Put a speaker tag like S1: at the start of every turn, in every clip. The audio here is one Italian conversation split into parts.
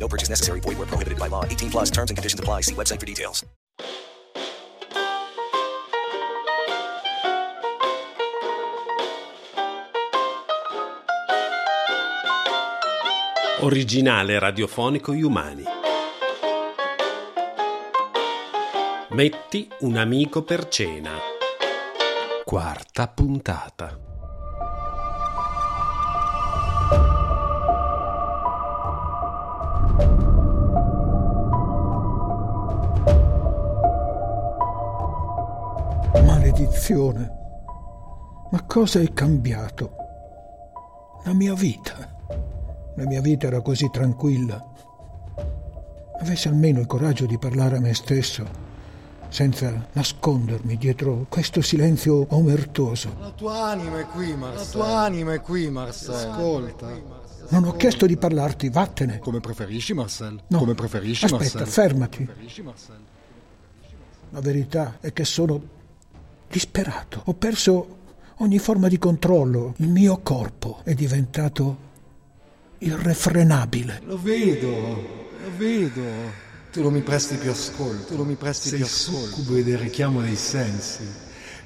S1: No purchase necessary. Void where prohibited by law. 18 plus terms and conditions apply. See website for details.
S2: Originale radiofonico Humani. Metti un amico per cena. Quarta puntata.
S3: Maledizione. Ma cosa è cambiato? La mia vita. La mia vita era così tranquilla. Avessi almeno il coraggio di parlare a me stesso, senza nascondermi dietro questo silenzio omertoso.
S4: La tua anima è qui, Marcello. La tua anima è qui, Marcello. Ascolta.
S3: Non ho chiesto di parlarti, vattene.
S4: Come preferisci, Marcello?
S3: No.
S4: Come preferisci,
S3: Aspetta,
S4: Marcello?
S3: fermati.
S4: Preferisci, Marcello?
S3: La verità è che sono disperato. Ho perso ogni forma di controllo. Il mio corpo è diventato irrefrenabile.
S4: Lo vedo, lo vedo. Tu non mi presti più ascolto, tu non mi presti più ascolto.
S5: succube del richiamo dei sensi,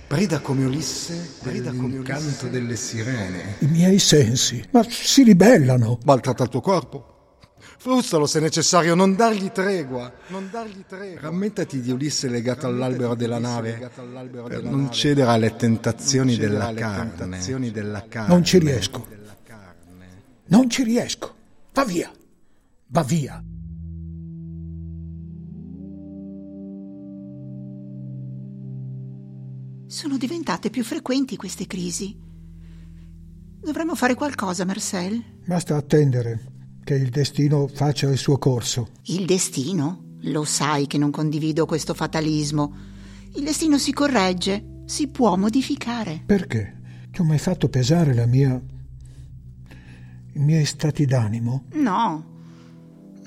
S4: Preda come Ulisse, preda come
S5: dell'incanto
S4: Ulisse.
S5: delle sirene.
S3: I miei sensi. Ma si ribellano.
S4: Maltratta il tuo corpo. Frustalo se necessario, non dargli tregua. Non dargli tregua.
S5: Rammentati di Ulisse legato all'albero della nave
S4: Legato all'albero
S5: per
S4: della
S5: non
S4: nave.
S5: cedere alle tentazioni
S4: cedere
S5: della
S4: alle
S5: carne.
S4: tentazioni della carne.
S3: Non ci riesco. Non ci riesco. Va via. Va via.
S6: Sono diventate più frequenti queste crisi. Dovremmo fare qualcosa, Marcel.
S3: Basta attendere che il destino faccia il suo corso.
S6: Il destino? Lo sai che non condivido questo fatalismo. Il destino si corregge, si può modificare.
S3: Perché? Ti ho mai fatto pesare la mia... i miei stati d'animo?
S6: No.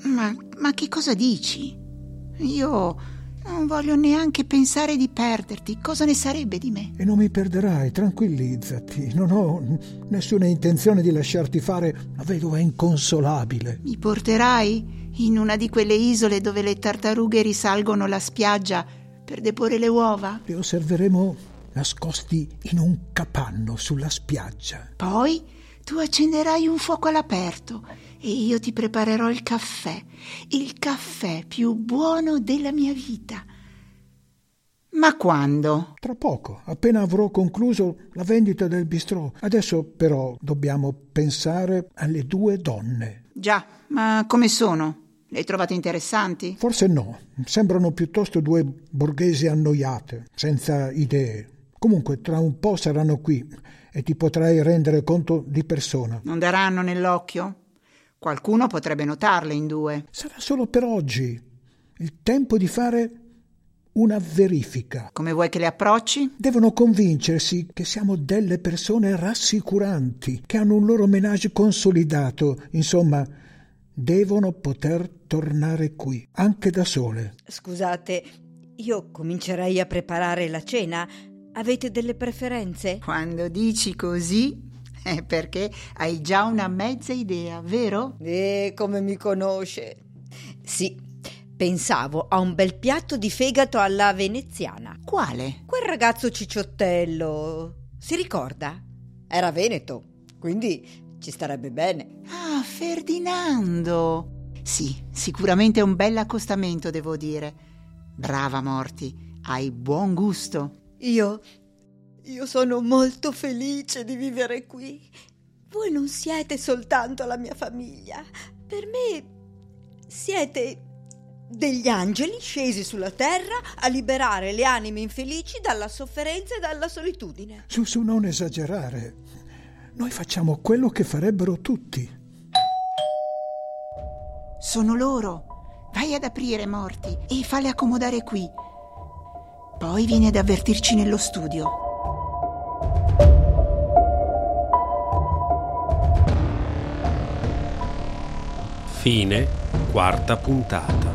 S6: Ma, ma che cosa dici? Io non voglio neanche pensare di perderti. Cosa ne sarebbe di me?
S3: E non mi perderai, tranquillizzati. Non ho n- nessuna intenzione di lasciarti fare. La vedova è inconsolabile.
S6: Mi porterai in una di quelle isole dove le tartarughe risalgono la spiaggia per deporre le uova?
S3: Li osserveremo nascosti in un capanno sulla spiaggia.
S6: Poi tu accenderai un fuoco all'aperto e io ti preparerò il caffè, il caffè più buono della mia vita. Ma quando?
S3: Tra poco, appena avrò concluso la vendita del bistrò. Adesso però dobbiamo pensare alle due donne.
S6: Già, ma come sono? Le hai trovate interessanti?
S3: Forse no, sembrano piuttosto due borghesi annoiate, senza idee. Comunque tra un po' saranno qui e ti potrai rendere conto di persona.
S6: Non daranno nell'occhio? Qualcuno potrebbe notarle in due.
S3: Sarà solo per oggi il tempo di fare una verifica.
S6: Come vuoi che le approcci?
S3: Devono convincersi che siamo delle persone rassicuranti, che hanno un loro menage consolidato, insomma, devono poter tornare qui, anche da sole.
S7: Scusate, io comincerei a preparare la cena. Avete delle preferenze?
S6: Quando dici così è perché hai già una mezza idea, vero?
S7: Eh, come mi conosce. Sì, pensavo a un bel piatto di fegato alla veneziana.
S6: Quale?
S7: Quel ragazzo cicciottello, si ricorda? Era veneto, quindi ci starebbe bene.
S6: Ah, Ferdinando! Sì, sicuramente è un bel accostamento, devo dire. Brava Morti, hai buon gusto.
S7: Io. io sono molto felice di vivere qui. Voi non siete soltanto la mia famiglia. Per me siete degli angeli scesi sulla terra a liberare le anime infelici dalla sofferenza e dalla solitudine.
S3: Su, su, non esagerare. Noi facciamo quello che farebbero tutti.
S6: Sono loro. Vai ad aprire, Morti, e fale accomodare qui. Poi vieni ad avvertirci nello studio.
S2: Fine quarta puntata.